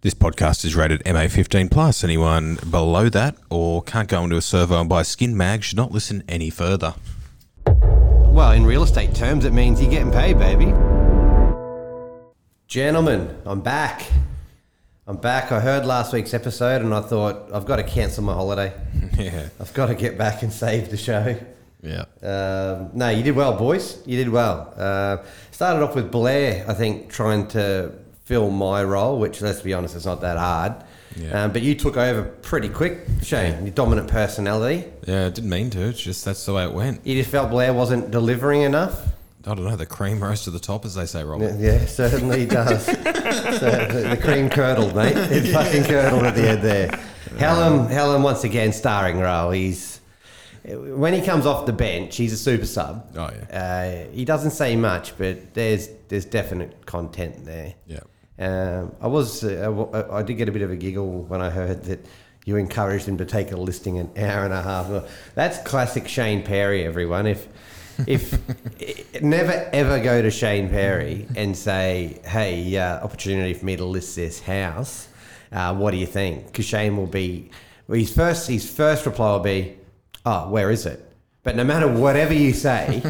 This podcast is rated MA15 plus. Anyone below that or can't go into a servo and buy a skin mag should not listen any further. Well, in real estate terms, it means you're getting paid, baby. Gentlemen, I'm back. I'm back. I heard last week's episode and I thought, I've got to cancel my holiday. Yeah. I've got to get back and save the show. Yeah. Um, no, you did well, boys. You did well. Uh, started off with Blair, I think, trying to fill my role, which, let's be honest, it's not that hard. Yeah. Um, but you took over pretty quick. Shame, your dominant personality. Yeah, I didn't mean to. It's just that's the way it went. You just felt Blair wasn't delivering enough. I don't know. The cream rose to the top, as they say, Robert. Yeah, certainly does. so the, the cream curdled, mate. It fucking curdled at the end there. Helen, Helen once again starring role. He's when he comes off the bench, he's a super sub. Oh, yeah. Uh, he doesn't say much, but there's there's definite content there. Yeah. Um, I was uh, I wa- I, I did get a bit of a giggle when I heard that you encouraged him to take a listing an hour and a half. That's classic Shane Perry. Everyone, if if i- never ever go to Shane Perry and say, "Hey, uh, opportunity for me to list this house. Uh, what do you think?" Because Shane will be well, his first his first reply will be, "Oh, where is it?" But no matter whatever you say,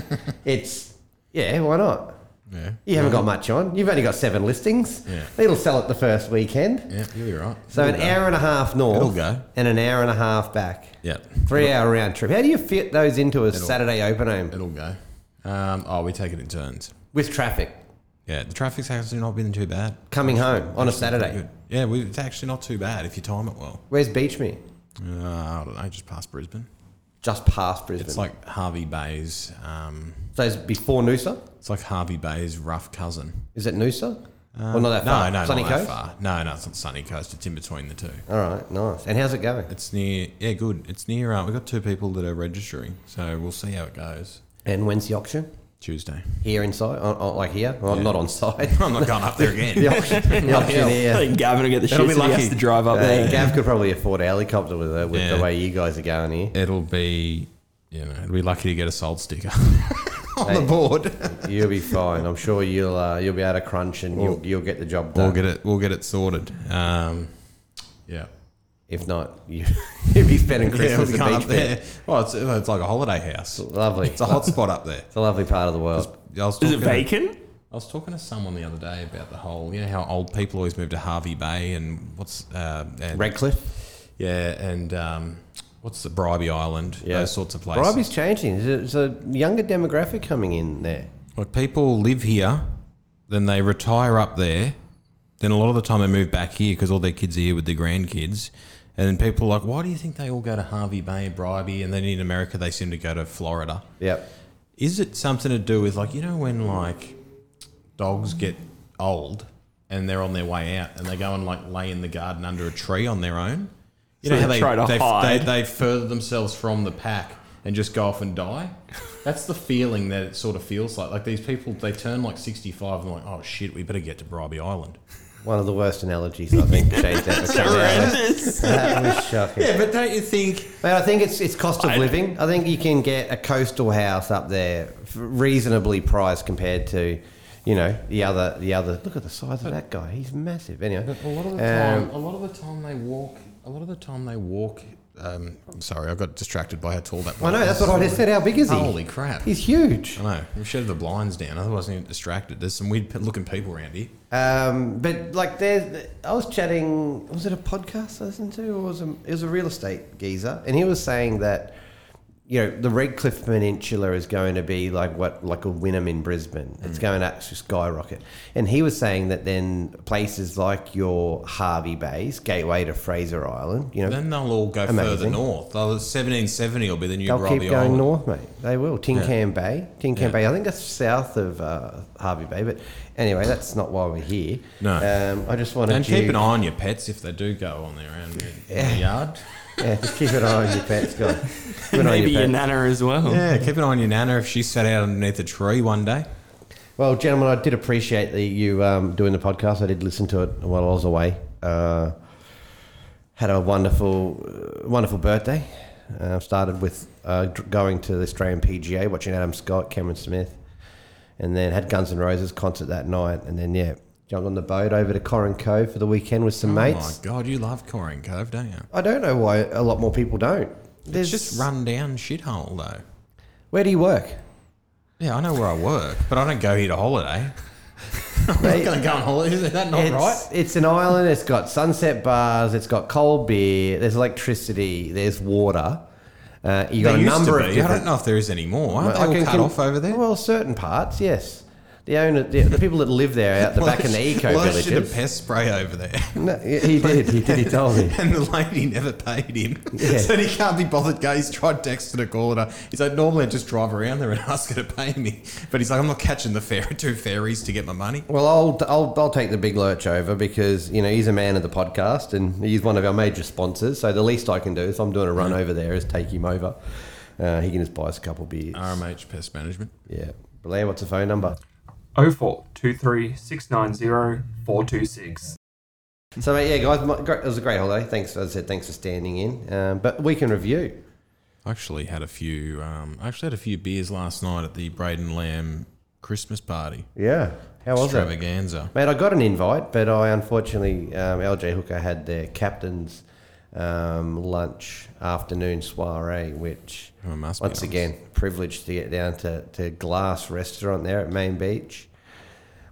it's yeah, why not? Yeah. You haven't got much on. You've only got seven listings. Yeah. It'll sell it the first weekend. Yeah, you'll be right. So an It'll go. hour and a half north It'll go. and an hour and a half back. Yeah. 3 hour round trip. How do you fit those into a Saturday open home It'll go. Um, oh, we take it in turns. with traffic Yeah, the traffic's actually not been too bad. coming home on a Saturday? Good. Yeah, we, it's actually not too bad if you time it well. Where's Beachme? Uh, I don't know, just past Brisbane. Just past Brisbane. It's like Harvey Bay's. Um, so it's before Noosa? it's like Harvey Bay's rough cousin. Is it Noosa? well, not that Uh, No, far. no, Sunny not Coast? that far. No, no, it's not Sunny Coast. It's in between the two. All right, nice. And how's it going? It's near. Yeah, good. It's near. Uh, we've got two people that are registering, so we'll see how it goes And when's the auction? Tuesday. Here inside? On, on, like here? Well, not on site. I'm not going up there again. the auction, the auction here. I think Gavin will get the shit That'll be if he lucky. has to drive up Uh, there. Gav could probably afford a helicopter with, uh, with Yeah. the way you guys are going here. It'll be. You know, it'll be lucky to get a sold sticker on Hey. the board. You'll be fine. I'm sure you'll uh, you'll be able to crunch and you'll, you'll get the job We'll done. get it. We'll get it sorted. Um, yeah. if not, you, you'll be spending Christmas we at can't up Beach Beach. there. Well, it's, it's like a holiday house. Lovely. It's a hot spot up there. It's a lovely part of the world. I was Is talking it to- vacant? I was talking to someone the other day about the whole, you know, how old people always move to Harvey Bay and what's uh, and, Redcliffe. yeah, and um, what's the Bribey Island, Yeah. those sorts of places. Bribey's changing. There's a, there's a younger demographic coming in there. Like people live here, then they retire up there, then a lot of the time they move back here because all their kids are here with their grandkids. And then people are like, why do you think they all go to Harvey Bay and Bribey? And then in America, they seem to go to Florida. Yep. Is it something to do with like you know when like dogs get old and they're on their way out and they go and like lay in the garden under a tree on their own? You So know how they they try to they, hide. they they further themselves from the pack and just go off and die. That's the feeling that it sort of feels like. Like these people, they turn like sixty five and like, oh shit, we better get to Bribey Island. One of the worst analogies I think Shane's ever come out with. Horrendous. That was shocking. Yeah, but don't you think? Mate, I think it's it's cost of living. I think you can get a coastal house up there f- reasonably priced compared to, you know, the other the other. Look at the size of that guy. He's massive. Anyway, A lot of the time, Um, a lot of the time they walk. A lot of the time they walk. Um, I'm sorry, I got distracted by how tall that. Um, I know that's what I just said. How big is he? Holy crap! He's huge. I know. We should have the blinds down, otherwise I get distracted. There's some weird p- looking people around here. Um, but like there's, I was chatting. Was it a podcast I listened to, or was it, it was a real estate geezer, and he was saying that you know the Redcliffe Peninsula is going to be like what like a Wynnum in Brisbane. Mm. It's going to actually skyrocket. And he was saying that then places like your Harvey Bays, gateway to Fraser Island, you know, Then they'll all go further Amazing. north. They'll, 1770 will be the new They'll Bribey keep going Island. north, mate. They will. Tin Can Bay. Tin Can Bay. I think that's south of uh, Harvey Bay. But anyway, that's not why we're here. No. Um, I just wanted And you, keep an eye on your pets if they do go on their own in the yard. Yeah, just keep an eye on your pets, guy. Keep an eye on Maybe your your pets. nana as well. Yeah, keep an eye on your nana if she sat out underneath a tree one day. Well, gentlemen, I did appreciate the, you um, doing the podcast. I did listen to it while I was away. Uh, had a wonderful, uh, wonderful birthday. Uh, started with uh, dr- going to the Australian PGA, watching Adam Scott, Cameron Smith, and then had Guns N' Roses concert that night, and then yeah, Jumped on the boat over to Corin Cove for the weekend with some mates. Oh my god, you love Coring Cove, don't you? I don't know why a lot more people don't. There's It's just run down shithole though. Where do you work? Yeah, I know where I work, but I don't go here to holiday. I'm Mate, not going to go on holiday. Is that not it's, right? It's an island. It's got sunset bars. It's got cold beer. There's electricity. There's water. Uh, you There got a used to number be. of I different don't know if there is anymore. Aren't Well, they I all can- cut can- off over there? Well, certain parts, yes. The owner, the, the people that live there out the back in the eco Lush did a villages. pest spray over there, No, he he did. He did. He told me. and the lady never paid him. Yeah. Said he can't be bothered. Guys tried texting her, calling her. He's like, normally I just drive around there and ask her to pay me, but he's like, I'm not catching the fair two ferries to get my money. Well, I'll, I'll I'll take the big lurch over because you know he's a man of the podcast and he's one of our major sponsors. So the least I can do if I'm doing a run over there is take him over. Uh, he can just buy us a couple beers. RMH Pest Management. yeah, Blair, what's the phone number? 0423 690 426. So mate, yeah, guys, my, great, it was a great holiday. Thanks, as I said, thanks for standing in. Um, but we can review. I actually had a few. Um, I actually had a few beers last night at the Braden Lamb Christmas party. Yeah, how was it? Extravaganza. Mate, I got an invite, but I unfortunately, um, LJ Hooker had their captain's um, lunch afternoon soiree, which, Oh, it must be once nice. again, privileged to get down to, to Glass Restaurant there at Main Beach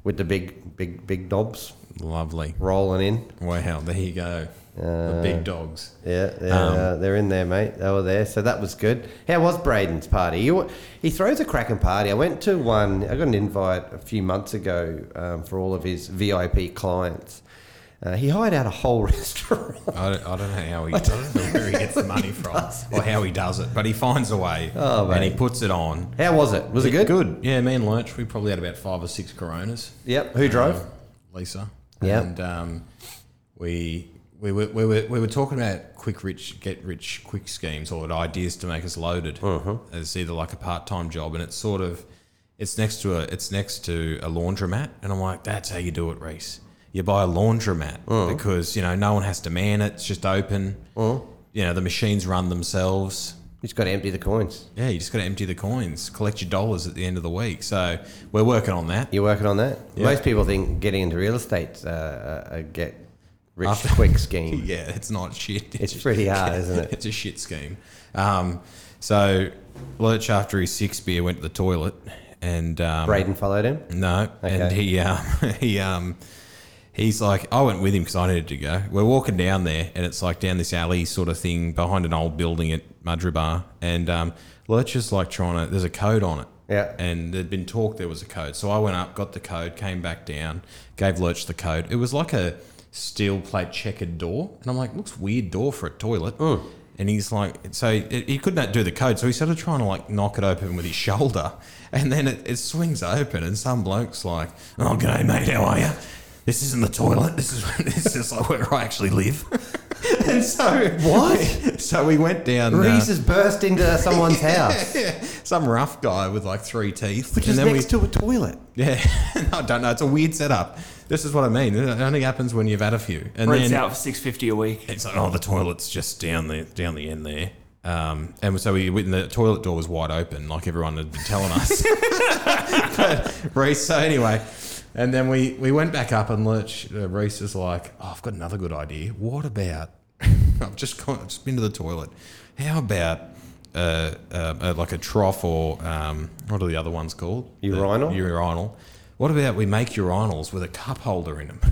with the big, big, big knobs Lovely. rolling in. Wow, there you go. the Uh, big dogs. Yeah, they're, Um, uh, they're in there, mate. They were there, so that was good. How was Braden's party? You, he throws a cracking party. I went to one. I got an invite a few months ago um, for all of his VIP clients. Uh, he hired out a whole restaurant. I don't, I don't know how he. I don't know where he gets the money from or how he does it, but he finds a way. Oh, and he mate. puts it on. How was it? Was it good? Good. Yeah, me and Lurch, we probably had about five or six Coronas. Yep. Who drove? Uh, Lisa. Yep. And um, we. We were, we, were, we were talking about quick rich get rich quick schemes or ideas to make us loaded as either like a part-time job and it's sort of it's next to a it's next to a laundromat and i'm like that's how you do it reese you buy a laundromat because you know no one has to man it it's just open you know the machines run themselves You just got to empty the coins. yeah you just got to empty the coins collect your dollars at the end of the week so we're working on that You're working on that. Yeah. Most people think getting into real estate uh, uh, a get rich After- quick scheme. yeah, it's not shit. It's pretty hard, isn't it? It's a shit scheme. Um, so Lurch, after his six beer, went to the toilet, and um, Braden followed him. no, and Okay. he um, he um, he's like, I went with him because I needed to go. We're walking down there, and it's like down this alley sort of thing behind an old building at Madribar, and um, Lurch is like trying to. There's a code on it. Yeah. And there'd been talk there was a code. So I went up, got the code, came back down, gave Lurch the code. It was like a steel plate checkered door. And I'm like, looks weird door for a toilet. Mm. And he's like, so it, he could not do the code. So he's sort of trying to like knock it open with his shoulder. And then it, it swings open. And some bloke's like, oh, g'day, mate. How are you? This isn't the toilet. This is this is like where I actually live. and so What? So we went down. uh, Reese has burst into someone's house, yeah, some rough guy with like three teeth. which is next we, to a toilet. yeah, no, I don't know. It's a weird setup. This is what I mean. It only happens when you've had a few. And Rents then out for 650 a week. it's like, oh, the toilet's just down the down the end there. Um, and so we went, and the toilet door was wide open, like everyone had been telling us. but Reese, so anyway, and then we we went back up, and Lurch uh, Reese is like, oh, I've got another good idea. What about? I've just gone, I've just been to the toilet. How about? Uh, uh, uh, like a trough or um, what are the other ones called? Urinal? The urinal. What about we make urinals with a cup holder in them?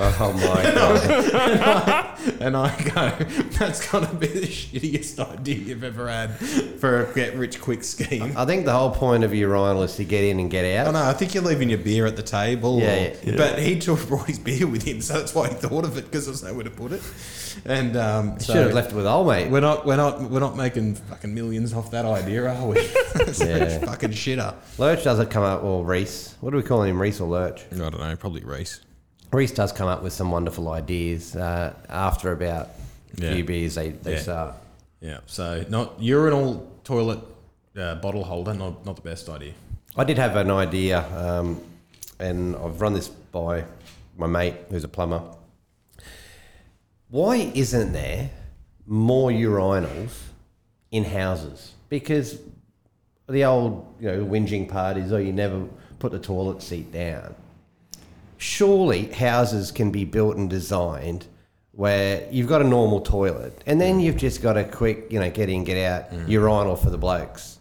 Oh my god. And I go, that's got to be the shittiest idea you've ever had for a get rich quick scheme. I think the whole point of urinal is to get in and get I out. know, I think you're leaving your beer at the table. Yeah, or- yeah, yeah. But he took, brought his beer with him, so that's why he thought of it, because there's nowhere to put it. And um, so Should have left it with old mate. We're not, we're not, we're not making fucking millions off that idea, are we? it's Yeah. yeah. fucking shitter. Lurch doesn't come up, or Reese. What are we calling him, Reese or Lurch? I don't know, probably race. Reese does come up with some wonderful ideas uh, after about Yeah. a few beers. They, they Yeah. start. Yeah. So not urinal toilet uh, bottle holder, not not the best idea. I did have an idea, um, and I've run this by my mate who's a plumber. Why isn't there more urinals in houses? Because the old, you know, whinging part is, oh, you never put the toilet seat down. surely houses can be built and designed where you've got a normal toilet and Mm. then you've just got a quick, you know, get in, get out urinal for the blokes.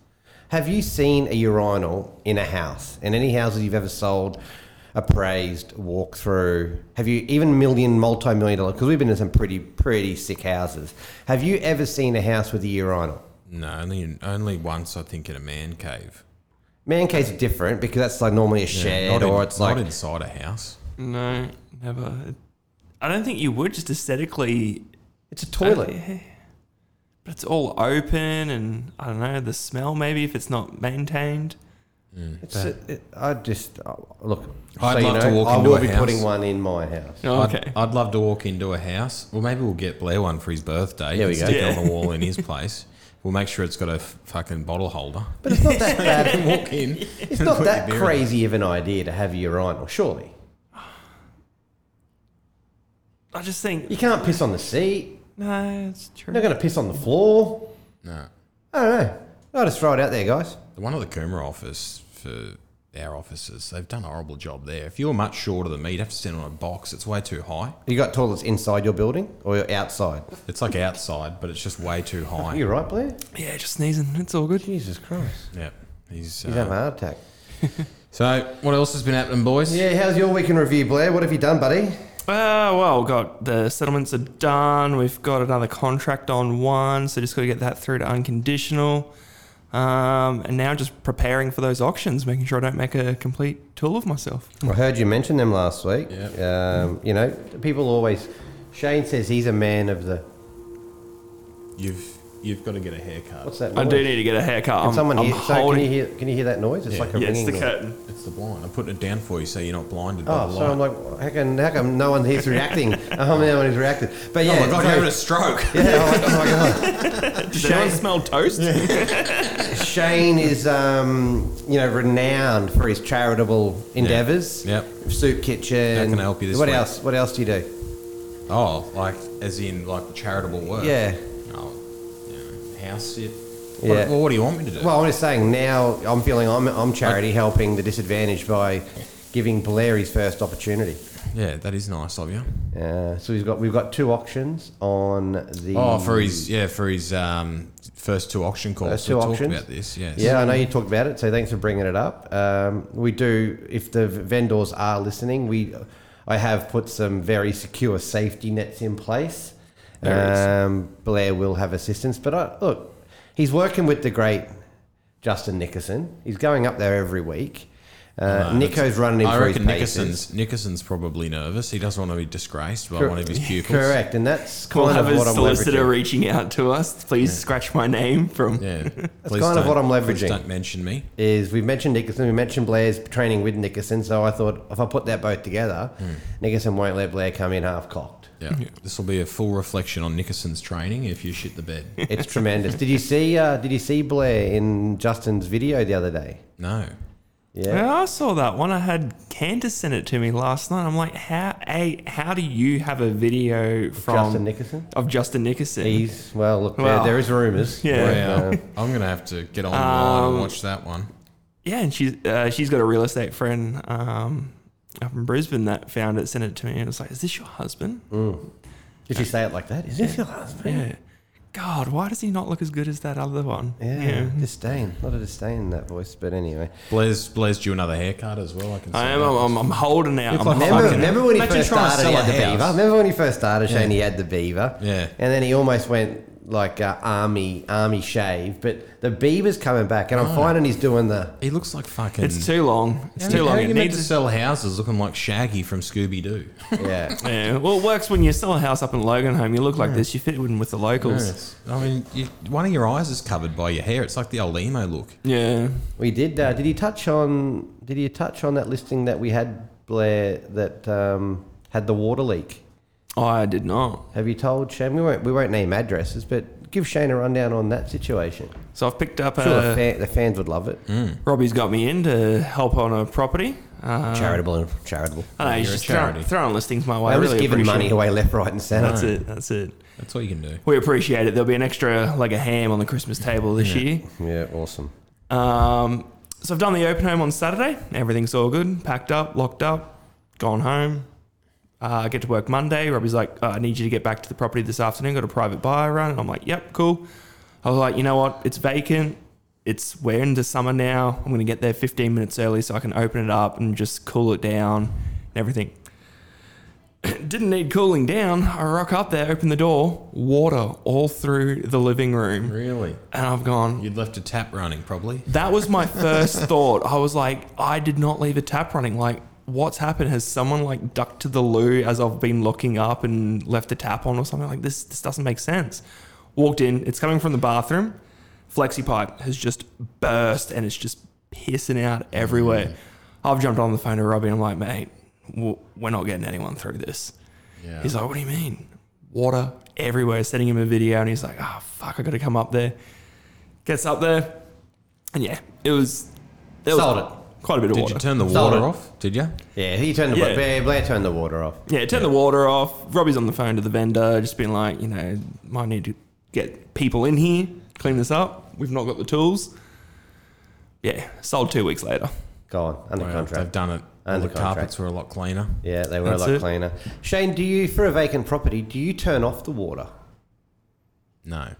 Have you seen a urinal in a house? In any houses you've ever sold, appraised, walk through? Have you even million, multi million dollar? Because we've been in some pretty, pretty sick houses. Have you ever seen a house with a urinal? No, only only once I think in a man cave. Man caves are different because that's like normally a shed not in- or it's not like inside a house. No, never. I don't think you would just aesthetically. it's a I don't- toilet. yeah. But it's all open, and I don't know the smell. Maybe if it's not maintained. It's a, it, I just oh, look. I'd you love to walk I into will a be house. putting one in my house. Oh, I'd- okay. I'd, love to walk into a house. Well, maybe we'll get Blair one for his birthday. There we and go. Stick Yeah. it on the wall in his place. We'll make sure it's got a f- fucking bottle holder. But it's not that bad. Walk in. It's not that beer in. crazy of an idea to have a urinal. Surely I just think you can't piss on the seat. no, it's true. You're not going to piss on the floor. No. I don't know. I'll just throw it out there, guys. The one at the Coomera office for our offices, they've done a horrible job there. If you were much shorter than me, you'd have to stand on a box. It's way too high. You got toilets inside your building or outside? It's like outside, but it's just way too high. You're right, Blair. yeah, just sneezing. It's all good. Jesus Christ! Yeah. He's, He's having a uh, heart attack. so, what else has been happening, boys? Yeah, how's your week in review, Blair? What have you done, buddy? Uh, well, got the settlements are done. We've got another contract on one, so just got to get that through to unconditional. Um, and now just preparing for those auctions, making sure I don't make a complete tool of myself. I heard you mention them last week. Yep. Um, you know, people always. Shane says he's a man of the. You've you've got to get a haircut. What's that? I noise? do need to get a haircut. Can I'm, someone I'm hear, so can holding. you hear? Can you hear that noise? It's Yeah. like a yeah, it's ringing. the noise. curtain. It's the blind. I'm putting it down for you so you're not blinded by Oh, the light. so I'm like, how can, how come no one here's reacting? How come no one is reacting? But yeah, oh my god, so- I'm having a stroke. yeah, I'm like, oh my god. Does anyone smell toast? Shane is, um, you know, renowned for his charitable endeavours. Yep. Soup kitchen. How can I help you this What week? else? What else do you do? Oh, like as in like charitable work. Yeah. Oh, you know, house sit. What, Yeah. Well, what do you want me to do? Well, I'm just saying. Now I'm feeling I'm, I'm charity helping the disadvantaged by giving Blair his first opportunity. yeah, that is nice of you. Uh, so he's got we've got two auctions on the. Oh, for his yeah, for his um, first two auction calls. Mm. First we two talked auctions. about this. Yes. Yeah, I know you talked about it, so thanks for bringing it up. Um, we do, if the v- vendors are listening, we, I have put some very secure safety nets in place. There is. Um, Blair will have assistance, but I, look, he's working with the great Justin Nickerson. He's going up there every week. Uh, No, Nico's running him I for reckon his paces. Nickerson's Nickerson's probably nervous. He doesn't want to be disgraced by Cor- one of his pupils. Correct, and that's kind We'll have of a what I'm solicitor leveraging. reaching out to us. Please scratch my name from. Yeah. That's kind of what I'm leveraging. Don't mention me. is we've mentioned Nickerson, we mentioned Blair's training with Nickerson, so I thought if I put that both together, Nickerson won't let Blair come in half cocked. Yeah. This will be a full reflection on Nickerson's training if you shit the bed. It's tremendous. Did you see? Uh, did you see Blair in Justin's video the other day? No. Yeah. Yeah, I saw that one. I had Candace send it to me last night. I'm like, how? A, how do you have a video from Justin Nickerson? of Justin Nickerson? He's well. Look, Wow. there, there is uh, rumours. Yeah. Um, Wow. I'm gonna have to get online and watch that one. yeah, and she's uh, she's got a real estate friend um, up in Brisbane that found it, sent it to me, and it was like, "Is this your husband?" Mm. Did you say it like that? Is this your husband? Yeah. God, why does he not look as good as that other one? Yeah. Disdain. A lot of disdain in that voice, but anyway. Blair's Blair's due another haircut as well. I can. See I am. that. I'm, I'm, I'm holding out. I'm like- Remember, Oh, fucking- remember when he Imagine first trying to started, he sell had the a house. beaver. Remember when he first started, Shane, he had the beaver. Yeah. And then he almost went like uh, army, army shave. But the beaver's coming back, and I'm finding he's doing the. He looks like fucking. It's too long. It's too long. How are It you meant to needs. sell houses looking like Shaggy from Scooby Doo? Yeah. Yeah. Well, it works when you sell a house up in Loganholme. You look like this. You fit in with the locals. I mean, you, one of your eyes is covered by your hair. It's like the old emo look. Yeah. we did. Uh, did he touch on? Did he touch on that listing that we had, Blair, that um, had the water leak? I did not. Have you told Shane? We won't. We won't name addresses, but give Shane a rundown on that situation. So I've picked up I'm sure the, a. fan, the fans would love it. Robbie's got me in to help on a property. Uh, Charitable and charitable. I don't know, he's You're a just throwing, charity. throwing listings my way. I'm I just really giving appreciate money it. away left, right, and centre. That's it. That's it. That's all you can do. We appreciate it. There'll be an extra leg of ham on the Christmas table this year. Yeah, awesome. Um, so I've done the open home on Saturday. Everything's all good, packed up, locked up. gone home. Uh, I get to work Monday. Robbie's like, oh, I need you to get back to the property this afternoon. Got a private buyer run. And I'm like, yep, cool. I was like, you know what? It's vacant. It's we're into summer now. I'm gonna get there 15 minutes early so I can open it up and just cool it down and everything. Didn't need cooling down. I rock up there, open the door, water all through the living room, Really? and I've gone. You'd left a tap running, probably. That was my first thought. I was like, I did not leave a tap running. Like, what's happened? Has someone like ducked to the loo as I've been looking up and left the tap on or something? Like this, this doesn't make sense. Walked in, it's coming from the bathroom. Flexi pipe has just burst and it's just pissing out everywhere. I've jumped on the phone to Robbie and I'm like, mate, w- we're not getting anyone through this. Yeah. He's like, what do you mean? Water everywhere. Sending him a video, and he's like, oh, fuck, I got to come up there. Gets up there, and yeah, it was. It Sold was it. Quite a bit of Did water. you turn the Sold water it. off? Did you? Yeah, he turned the Yeah. Blair, Blair turned the water off. yeah, turn the water off. Robbie's on the phone to the vendor, just being like, you know, might need to get people in here, clean this up. We've not got the tools. Yeah, sold two weeks later. Go on, under Well, They've contract. done it. All Under the carpets contract. were a lot cleaner. Yeah, they were That's a lot it. cleaner. Shane, do you for a vacant property? Do you turn off the water? No.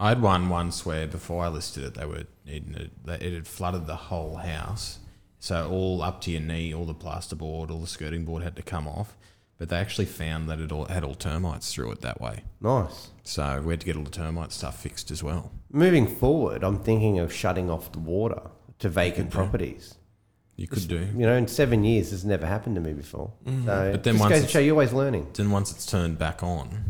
I'd won once where before I listed it, they were needing it. They, it had flooded the whole house. So all up to your knee, all the plasterboard, all the skirting board had to come off. But they actually found that it all had all termites through it that way. Nice. So we had to get all the termite stuff fixed as well. Moving forward, I'm thinking of shutting off the water to vacant properties. You could do. You know, in seven years, this has never happened to me before. So But then but then just once goes to it's- show you're always learning. Then once it's turned back on,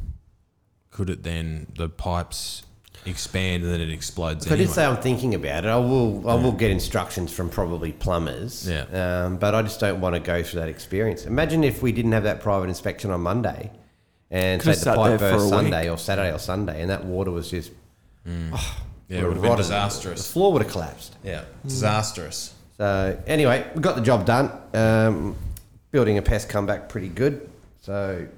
could it then the pipes expand and then it explodes So I did anyway? say I'm thinking about it. I will. I will get instructions from probably plumbers. Yeah. Um, but I just don't want to go through that experience. Imagine if we didn't have that private inspection on Monday, and say Could've the sat pipe there for burst a week. Sunday or Saturday or Sunday, and that water was just yeah, it would have been rotted. disastrous. The floor would have collapsed. Yeah, disastrous. So anyway, we got the job done. Um, building a pest comeback pretty good. So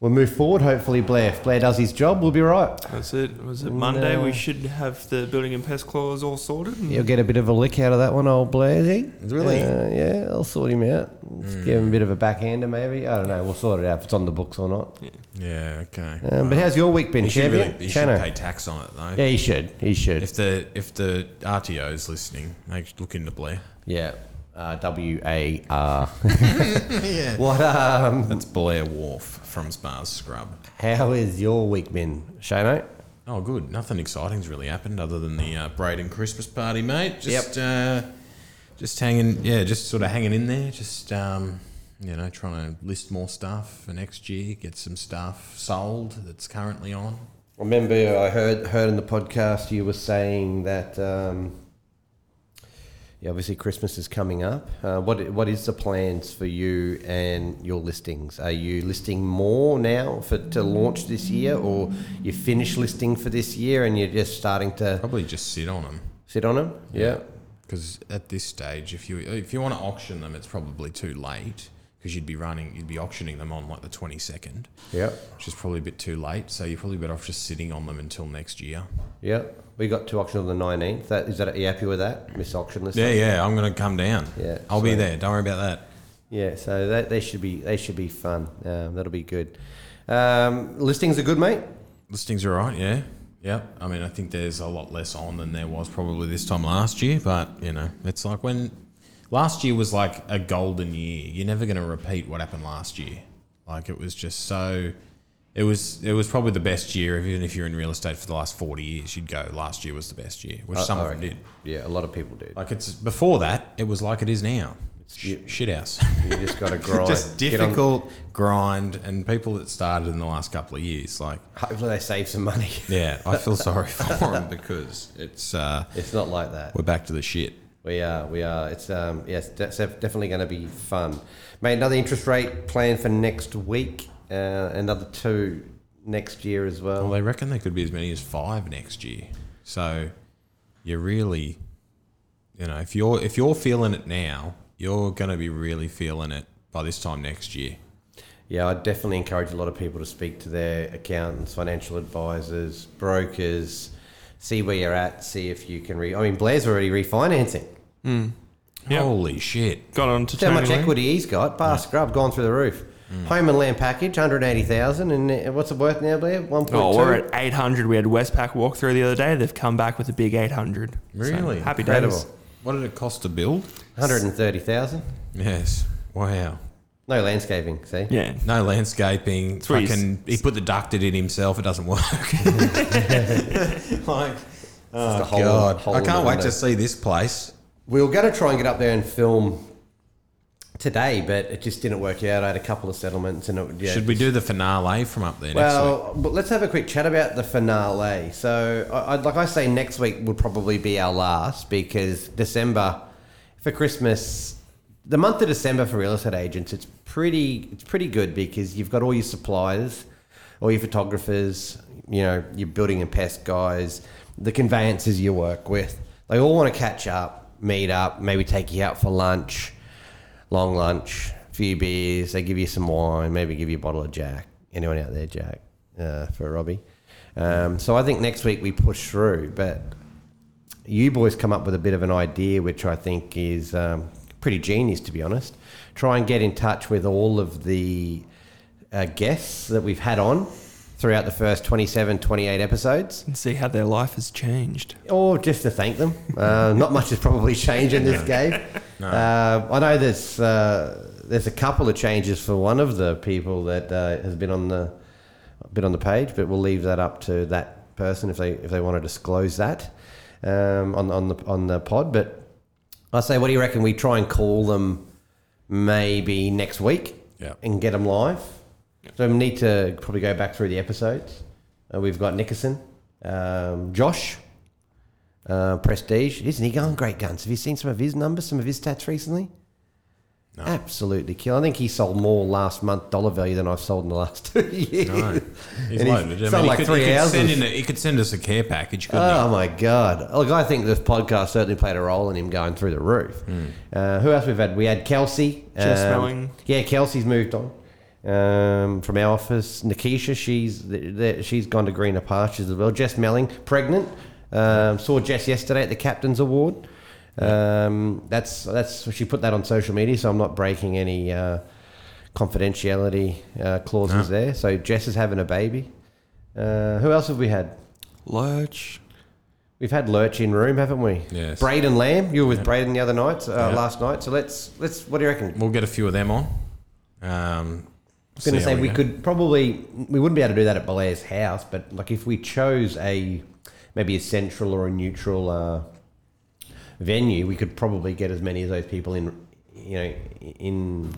we'll move forward. Hopefully, Blair. If Blair does his job, we'll be right. That's it. Was it Monday? Monday? No. We We should have the building and pest clause all sorted. He'll get a bit of a lick out of that one, old Blairsy. Really? Hmm. Uh, yeah, I'll sort him out. Let's Give him a bit of a backhander, maybe. I don't know. We'll sort it out if it's on the books or not. Yeah, okay. Um, but how's your week been, You should, champion? really, you should Chano? pay tax on it though. Yeah, he should. He should. If the if the RTO's listening, they should look into Blair. yeah. Uh, W A R. yeah. What? Um, That's Blair Wharf from Spar's Scrub. how is your week been, Shano? Oh, good. Nothing exciting's really happened other than the uh, Braden Christmas party, mate. Just uh, just hanging, yeah, just sort of hanging in there. Just um, you know, trying to list more stuff for next year. Get some stuff sold that's currently on. Remember, I heard heard in the podcast you were saying that. Um, yeah, obviously Christmas is coming up. Uh, what what is the plans for you and your listings? Are you listing more now for to launch this year, or you finish listing for this year and you're just starting to Probably just sit on them. sit on them? Yeah. Because at this stage, if you if you want to auction them, it's probably too late because you'd be running, you'd be auctioning them on like the twenty second, Yeah. which is probably a bit too late. So you're probably better off just sitting on them until next year. Yeah. We got two auctions on the 19th. That is that are you happy with that? Miss auction list. Yeah, yeah, I'm gonna come down. Yeah, I'll be so- there. Don't worry about that. Yeah, so that they should be they should be fun. Um, that'll be good. Um, listings are good, mate. Listings are right. Yeah, yep. I mean, I think there's a lot less on than there was probably this time last year. But you know, it's like when last year was like a golden year. You're never gonna repeat what happened last year. Like it was just so. It was it was probably the best year, even if you're in real estate for the last forty years. You'd go last year was the best year, Uh, which some of them did. Yeah, a lot of people do. Like it's before that, it was like it is now. Sh- shit house. You just got to grind. just Get on- difficult grind and people that started in the last couple of years like hopefully they save some money. yeah i feel sorry for them because it's uh It's not like that. we're back to the shit We are, we are. It's um, yes, that's def- definitely going to be fun, mate. Another interest rate plan for next week. Uh, another two next year as well. well they reckon there could be as many as five next year so you're really you know if you're if you're feeling it now you're going to be really feeling it by this time next year Yeah, I definitely encourage a lot of people to speak to their accountants, financial advisors, brokers, see where you're at, see if you can re. I mean, Blair's already refinancing. Yep. Holy shit. Got on to That's how Tony much Lee. equity he's got. Bar scrub gone through the roof. Home and land package, hundred eighty thousand, and uh, what's it worth now, Blair? One point two. Oh, we're at 800. We had Westpac walk through the other day. They've come back with a big 800. So, Really? happy incredible. days. What did it cost to build? One hundred and thirty thousand. Yes. Wow. No landscaping. See, Yeah. No landscaping. what he's- fucking, he put the ducted in himself. It doesn't work. like, oh a hole- god! hole I in can't the wait window. to see this place. we were going to try and get up there and film today, but it just didn't work out. I had a couple of settlements, and it, yeah, Should we do the finale from up there? next Well, but let's have a quick chat about the finale. So, I, I'd, like I say, next week would probably be our last because December for Christmas, the month of December for real estate agents, it's pretty it's pretty good because you've got all your suppliers, all your photographers, you know, your building and pest guys, the conveyances you work with. They all want to catch up, meet up, maybe take you out for lunch long lunch, few beers. They give you some wine, maybe give you a bottle of Jack. Anyone out there, Jack, uh, for Robbie? Um, so I think next week we push through, but you boys come up with a bit of an idea, which I think is um, pretty genius, to be honest. Try and get in touch with all of the uh, guests that we've had on throughout the first 27, 28 episodes And see how their life has changed. or Oh, just to thank them. Uh, not much has probably changed in this game. Uh, I know there's uh, there's a couple of changes for one of the people that uh, has been on the been on the page, but we'll leave that up to that person if they if they want to disclose that um, on on the on the pod. But I say, what do you reckon? We try and call them maybe next week Yeah. and get them live. So we need to probably go back through the episodes. Uh, we've got Nickerson, um, Josh, uh, Prestige. Isn't he going great guns? Have you seen some of his numbers, some of his stats recently? Absolutely kill. I think he sold more last month dollar value than I've sold in the last two week? years. No, he's And he's loaded. I sold mean, like he could, three he could hours. Send in a, he could send us a care package. Couldn't Oh my god! Look, I think this podcast certainly played a role in him going through the roof. Uh, who else we've had? We had Kelsey. Jess um, Melling. Yeah, Kelsey's moved on um, from our office. Nikisha, she's th- th- she's gone to greener pastures as well. Jess Melling, pregnant. Um, saw Jess yesterday at the captain's award. Um, that's that's she put that on social media, so I'm not breaking any uh, confidentiality uh, clauses there. So Jess is having a baby. Uh, who else have we had? Lurch. We've had Lurch in room, haven't we? Yes. Braden Lamb, you were with Braden the other night, uh, Yeah. last night. So let's let's. What do you reckon? We'll get a few of them on. Um, I was going see to say how we go. could probably we wouldn't be able to do that at Belair's house, but like if we chose a maybe a central or a neutral uh, venue, we could probably get as many of those people in. You know, in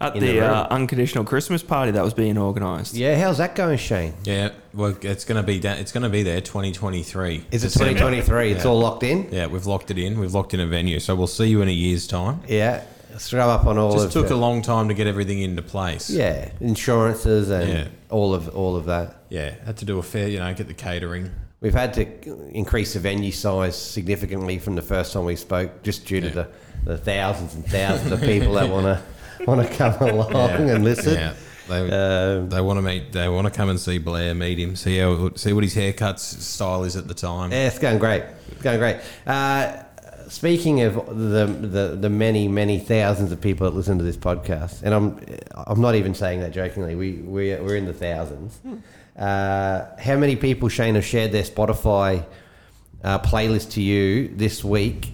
At In the, the room. uh, unconditional Christmas party that was being organised. yeah. How's that going, Shane? Yeah, well, it's gonna be da- it's gonna be there 2023. Is it December. 2023? It's Yeah. all locked in. Yeah, we've locked it in. We've locked in a venue, so we'll see you in a year's time. Yeah. Scrub up on all Just of took the- a long time to get everything into place. yeah insurances and Yeah. all of all of that. yeah, had to do a fair, you know, get the catering. We've had to increase the venue size significantly from the first time we spoke, just due to Yeah. the, the thousands and thousands of people that want to want to come along and listen. Yeah, they, Um, they want to meet. They want to come and see Blair, meet him, see how, see what his haircuts style is at the time. yeah, it's going great. It's going great. Uh, speaking of the, the the many many thousands of people that listen to this podcast, and I'm I'm not even saying that jokingly. We we we're in the thousands. Hmm. Uh, how many people, Shane, have shared their Spotify uh, playlist to you this week,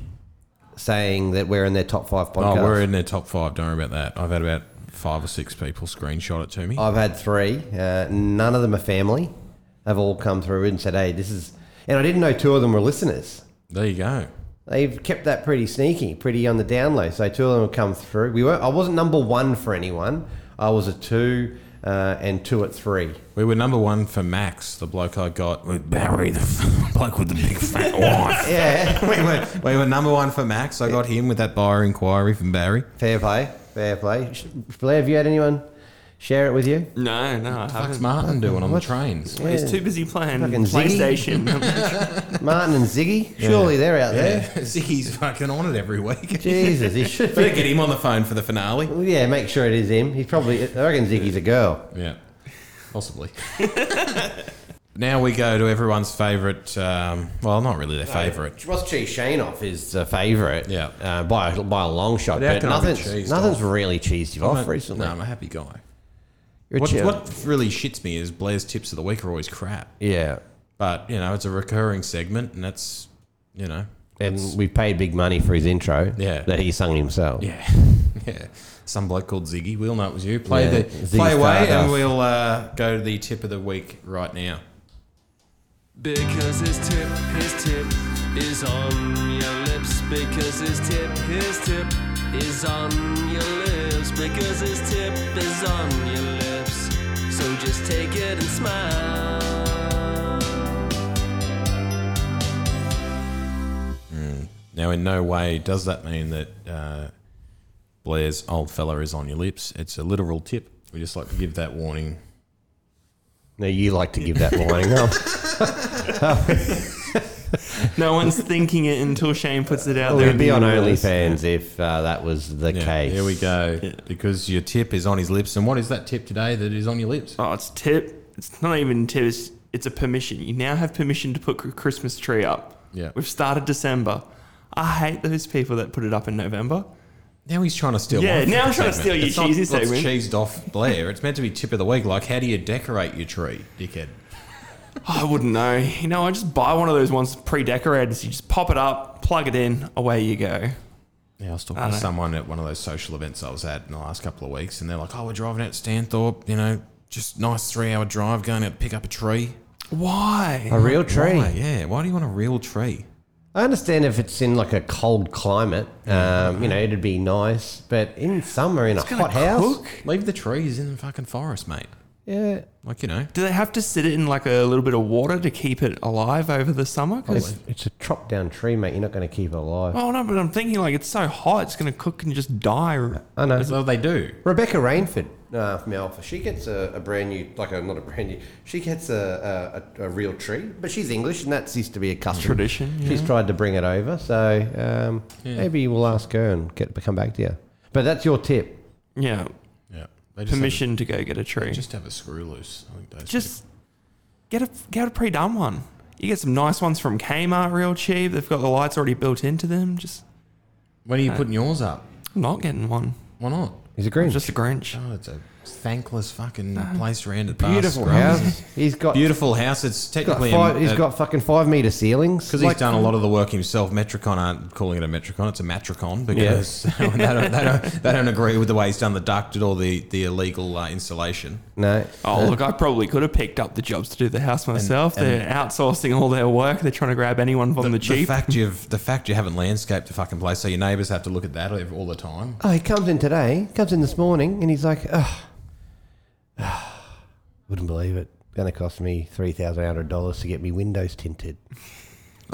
saying that we're in their top five podcast? Oh, we're in their top five. Don't worry about that. I've had about five or six people screenshot it to me. I've had three. Uh, none of them are family. They've all come through and said, "Hey, this is," and I didn't know two of them were listeners. There you go. They've kept that pretty sneaky, pretty on the down low. So two of them have come through. We were I wasn't number one for anyone. I was a two uh, and two at three. We were number one for Max, the bloke I got with Barry, the f- bloke with the big fat wife. Yeah, we, were, we were number one for Max. I got him with that buyer inquiry from Barry. fair play, fair play. Sh- Blair, have you had anyone share it with you? No, no, I haven't. What's Martin doing on the trains? He's too busy playing Fucking Ziggy. PlayStation. Martin and Ziggy. Surely they're out there. Ziggy's fucking on it every week. Jesus, he should Better be. get him on the phone for the finale. Yeah, make sure it is him. He's probably. I reckon Ziggy's a girl. Yeah, possibly. Now we go to everyone's favourite. Um, well, not really their favourite. Ross Cheese Shanoff is a favourite. Yeah. uh, by a- by a long shot. But how But, can I be cheesed nothing's nothing's really cheesed you off I'm a- recently. No, I'm a happy guy. You're a What, chill. what really shits me is Blair's tips of the week are always crap. Yeah, But you know, it's a recurring segment, and that's you know, and we paid big money for his intro. Yeah. that he sung himself. yeah, yeah. Some bloke called Ziggy. We'll know it was you. Play Yeah, the Ziggy play away, and Stardust. we'll uh, go to the tip of the week right now. Because his tip, his tip is on your lips. Because his tip, his tip is on your lips. Because his tip is on your lips. So just take it and smile. Now, in no way does that mean that uh, Blair's old fella is on your lips. It's a literal tip. We just like to give that warning. Now you like to give that warning up. No one's thinking it until Shane puts it out there. Oh, We'd in be the on universe. OnlyFans if uh, that was the Yeah, case. Here we go. Because your tip is on his lips. And what is that tip today that is on your lips? Oh, it's tip. It's not even tip. It's, it's a permission. You now have permission to put a Christmas tree up. Yeah. We've started December. I hate those people that put it up in November. Now he's trying to steal. Yeah, my now I'm trying segment. to steal your It's not cheesy what's segment. cheesed off Blair. It's meant to be tip of the week. Like, how do you decorate your tree, dickhead? I wouldn't know. You know, I just buy one of those ones pre-decorated. So you just pop it up, plug it in, away you go. Yeah, I was talking I to know. someone at one of those social events I was at in the last couple of weeks, and they're like, "Oh, we're driving out to Stanthorpe. You know, just nice three-hour drive, going out to pick up a tree. A Why? real tree. Why? Yeah. Why do you want a real tree? I understand if it's in like a cold climate, um, you know, it'd be nice. But in summer, in a gonna hot house, cook. Leave the trees in the fucking forest, mate. yeah, Like you know, Do they have to sit it in like a little bit of water to keep it alive over the summer? 'Cause- it's, it's a chopped down tree, mate. You're not going to keep it alive. oh no, but I'm thinking like it's so hot, it's gonna cook and just die. I know. that's what they do. Rebecca Rainford uh, from Alpha, she gets a, a brand new, like a not a brand new, she gets a, a, a, a real tree, but she's English and that used to be a custom Tradition, She's tried to bring it over, so um, maybe we'll ask her and get come back to you. But that's your tip. Yeah, Yeah. They just permission to go get Have a a, tree. just have a screw loose. I think those just get a get a pre-done one. You get some nice ones from Kmart, real cheap. They've got the lights already built into them. Just people- When are you putting yours up? I'm not getting one. Why not? He's a green. Just a Grinch. Oh, it's a thankless fucking place around at beautiful Bar Scrubs. house. He's got, Beautiful house. It's got technically five, he's got fucking five meter ceilings. because Like, uh, he's done a lot of the work himself. Metricon aren't calling it a Metricon; it's a Matricon because they, don't, they, don't, they don't agree with the way he's done the ducted or the the illegal uh, installation. No, Oh look, I probably could have picked up the jobs to do the house myself. They're outsourcing all their work. They're trying to grab anyone from the, The cheap. fact you've the fact you haven't landscaped the fucking place, so your neighbours have to look at that ev- all the time. Oh, he comes in today, comes in this morning, and he's like, oh, wouldn't believe it. Going to cost me $3,800 to get me windows tinted.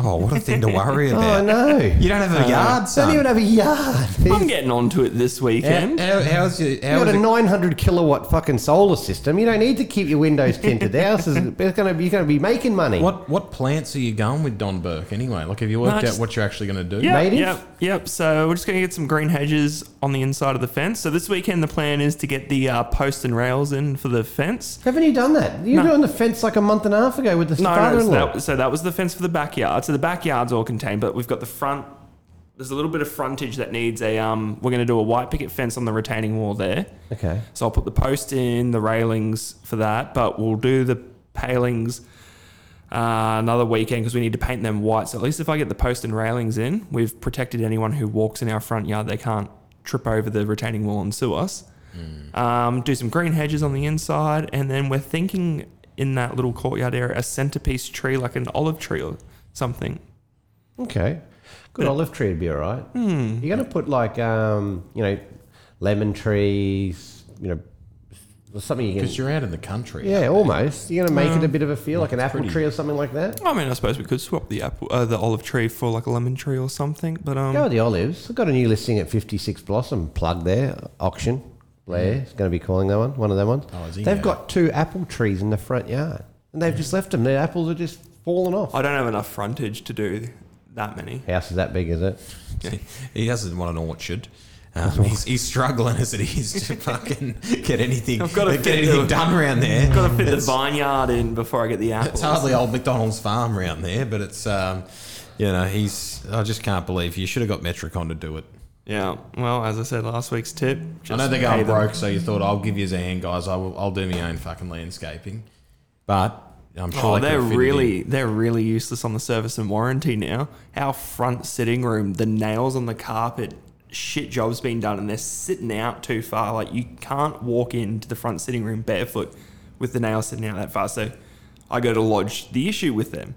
Oh, what a thing to worry Oh, about! no. Uh, You don't have a yard, don't even son. have a yard. Uh, I'm You've getting onto it this weekend. How, how's your how got is a it- 900 kilowatt fucking solar system. You don't need to keep your windows tinted. The house is it's gonna, be- you're going to be making money. what what plants are you going with Don Burke anyway? Like, have you No, worked out just- what you're actually going to do? Yep, Native? yep, yep. So we're just going to get some green hedges on the inside of the fence. So this weekend, the plan is to get the uh, posts and rails in for the fence. Haven't you done that? You No. were on the fence like a month and a half ago with the No, no, so father-in-law. that, so that was the fence for the backyard. So the backyard's all contained, but we've got the front. There's a little bit of frontage that needs a. Um, we're going to do a white picket fence on the retaining wall there. okay. So I'll put the post in, the railings for that, but we'll do the palings uh, another weekend because we need to paint them white. So at least if I get the post and railings in, we've protected anyone who walks in our front yard. They can't trip over the retaining wall and sue us. Um, do some green hedges on the inside, and then we're thinking in that little courtyard area a centerpiece tree, like an olive tree or something. Okay. Good olive tree would be all right. Hmm. You're going to put like, um, you know, lemon trees, you know, or something you Because can. you're out in the country. Yeah, almost. You're going to make Hmm. it a bit of a feel, like an apple pretty. tree or something like that. I mean, I suppose we could swap the apple, uh, the olive tree for like a lemon tree or something. But um, Go with the olives. I've got a new listing at 56 Blossom. Plug there. Auction. Blair is going to be calling that one, one of them ones. Oh, is he they've now? got two apple trees in the front yard and they've just left them. The apples are just falling off. I don't have enough frontage to do that many. House is that big, is it? he doesn't want an orchard. Um, he's, he's struggling as it is to fucking get anything, I've gotta get fit anything the- done around there. Got to fit the It's- vineyard in before I get the apples. It's hardly old McDonald's farm round there, but it's um, you know he's. I just can't believe you should have got Metricon to do it. Yeah. Well, as I said last week's tip, just I know they're pay going them. broke, so you thought I'll give you a hand, guys. I will, I'll do my own fucking landscaping, but I'm sure Oh, they could they're fit it in. really they're really useless on the service and warranty now. Our front sitting room, the nails on the carpet, shit job's been done, and they're sitting out too far. Like you can't walk into the front sitting room barefoot with the nails sitting out that far. So I go to lodge the issue with them.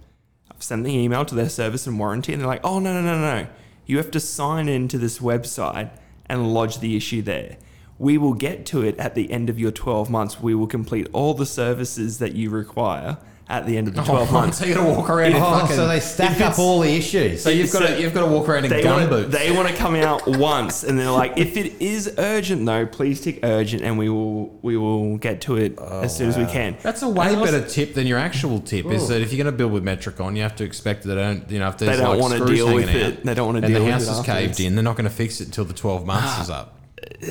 I've sent the email to their service and warranty, and they're like, "Oh no no no no, you have to sign into this website and lodge the issue there." We will get to it at the end of your 12 months. We will complete all the services that you require at the end of the 12 months. So you got to walk around. in oh, fucking, so they if stack it's- up all the issues. So you've got so to you've got to walk around in They gum want, boots. they want to come out once, and they're like, "If it is urgent, though, please tick urgent, and we will we will get to it as soon as we can." Oh, That's a way And also- better tip than your actual tip. Is that if you're going to build with Metricon, you have to expect that they don't, you know, if there's They don't like wanna screws deal hanging out, with it. They don't wanna and deal the with house it is afterwards. Ah. caved in. They're not going to fix it until the 12 months is up.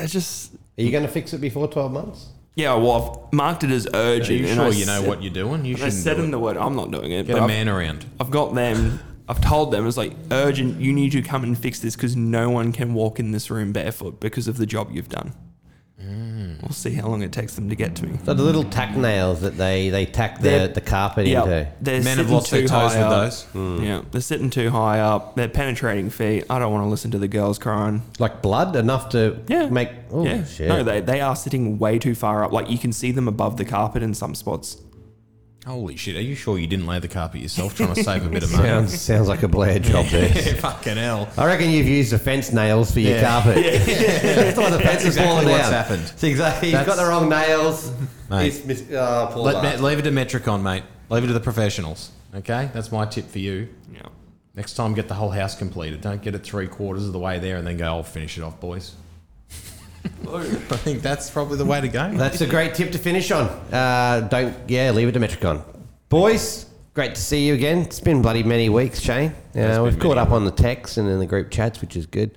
I just Are you going to fix it before 12 months? yeah, well, I've marked it as Are urgent. you and sure I you know said- what you're doing? You and I shouldn't said do in it. the word, "I'm not doing it." get but a I've- man around. I've got them. I've told them it's like urgent. You need to come and fix this because no one can walk in this room barefoot because of the job you've done. Mm. We'll see how long it takes them to get to me. So the little tack nails that they, they tack They're- the, the carpet into. they're Men have sitting lost their too toes high with up. those. Hmm. Yeah, they're sitting too high up. They're penetrating feet. I don't want to listen to the girls crying. Like blood enough to Yeah, make. Oh, yeah. shit. No, they they are sitting way too far up. Like you can see them above the carpet in some spots. Holy shit! Are you sure you didn't lay the carpet yourself trying to save a bit of money? sounds, sounds like a Blair job there. Fucking hell! I reckon you've used the fence nails for your Yeah. carpet. That's why the fence is exactly falling what's down. happened. It's exactly, he's got That's- the wrong nails. Mate. He's mis- oh, poor Let, lad. me- leave it to Metricon, mate. Leave it to the professionals. Okay, that's my tip for you. Yeah. Next time, get the whole house completed. Don't get it three quarters of the way there and then go, "I'll finish it off, boys." I think that's probably the way to go. mate. That's a great tip to finish on. Uh, don't, yeah, leave it to Metricon. Boys, great to see you again. It's been bloody many weeks, Shane. It's been Uh, we've caught many Mm. up on the texts and in the group chats, which is good.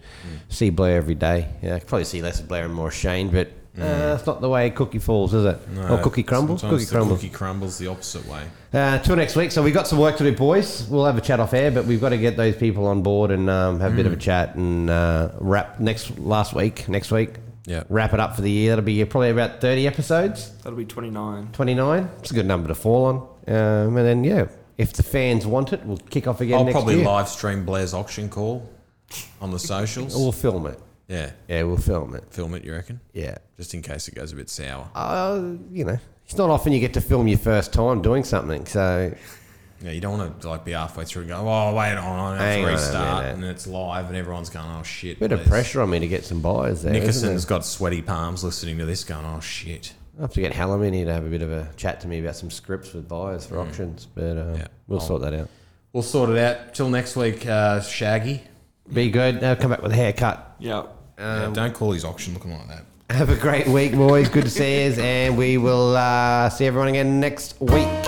See Blair every day. Yeah, I could probably see less of Blair and more Shane, but uh, it's not the way cookie falls, is it? or oh, cookie crumbles? Mm. sometimes Cookie the crumbles. Cookie crumbles the opposite way. Uh, till next week. So we've got some work to do, boys. We'll have a chat off air, but we've got to get those people on board and um, have a Mm. bit of a chat and uh, wrap next last week, next week. Yeah. Wrap it up for the year. That'll be uh, probably about 30 episodes. That'll be twenty nine. 29. It's a good number to fall on. Um, and then, yeah, if the fans want it, we'll kick off again I'll next probably year. live stream Blair's auction call on the socials. We'll film it. yeah, Yeah, we'll film it. film it. You reckon? Yeah. Just in case it goes a bit sour. Uh, you know, it's not often you get to film your first time doing something. So, Yeah, you don't want to like be halfway through and go, "Oh, wait on, I have Hang to on a restart," minute. and it's live, and everyone's going, "Oh shit!" bit of please." pressure on me to get some buyers there. isn't Nickerson's it? got sweaty palms listening to this, going, "Oh shit." I'll have to get Hallam in here to have a bit of a chat to me about some scripts with buyers for auctions. But uh, Yeah. we'll I'll- sort that out. We'll sort it out. Till next week, uh, Shaggy. Be good. Now come back with a haircut. Yeah. Yeah, don't call his auction looking like that. Have a great week, boys. Good to see you. And we will uh, see everyone again next week.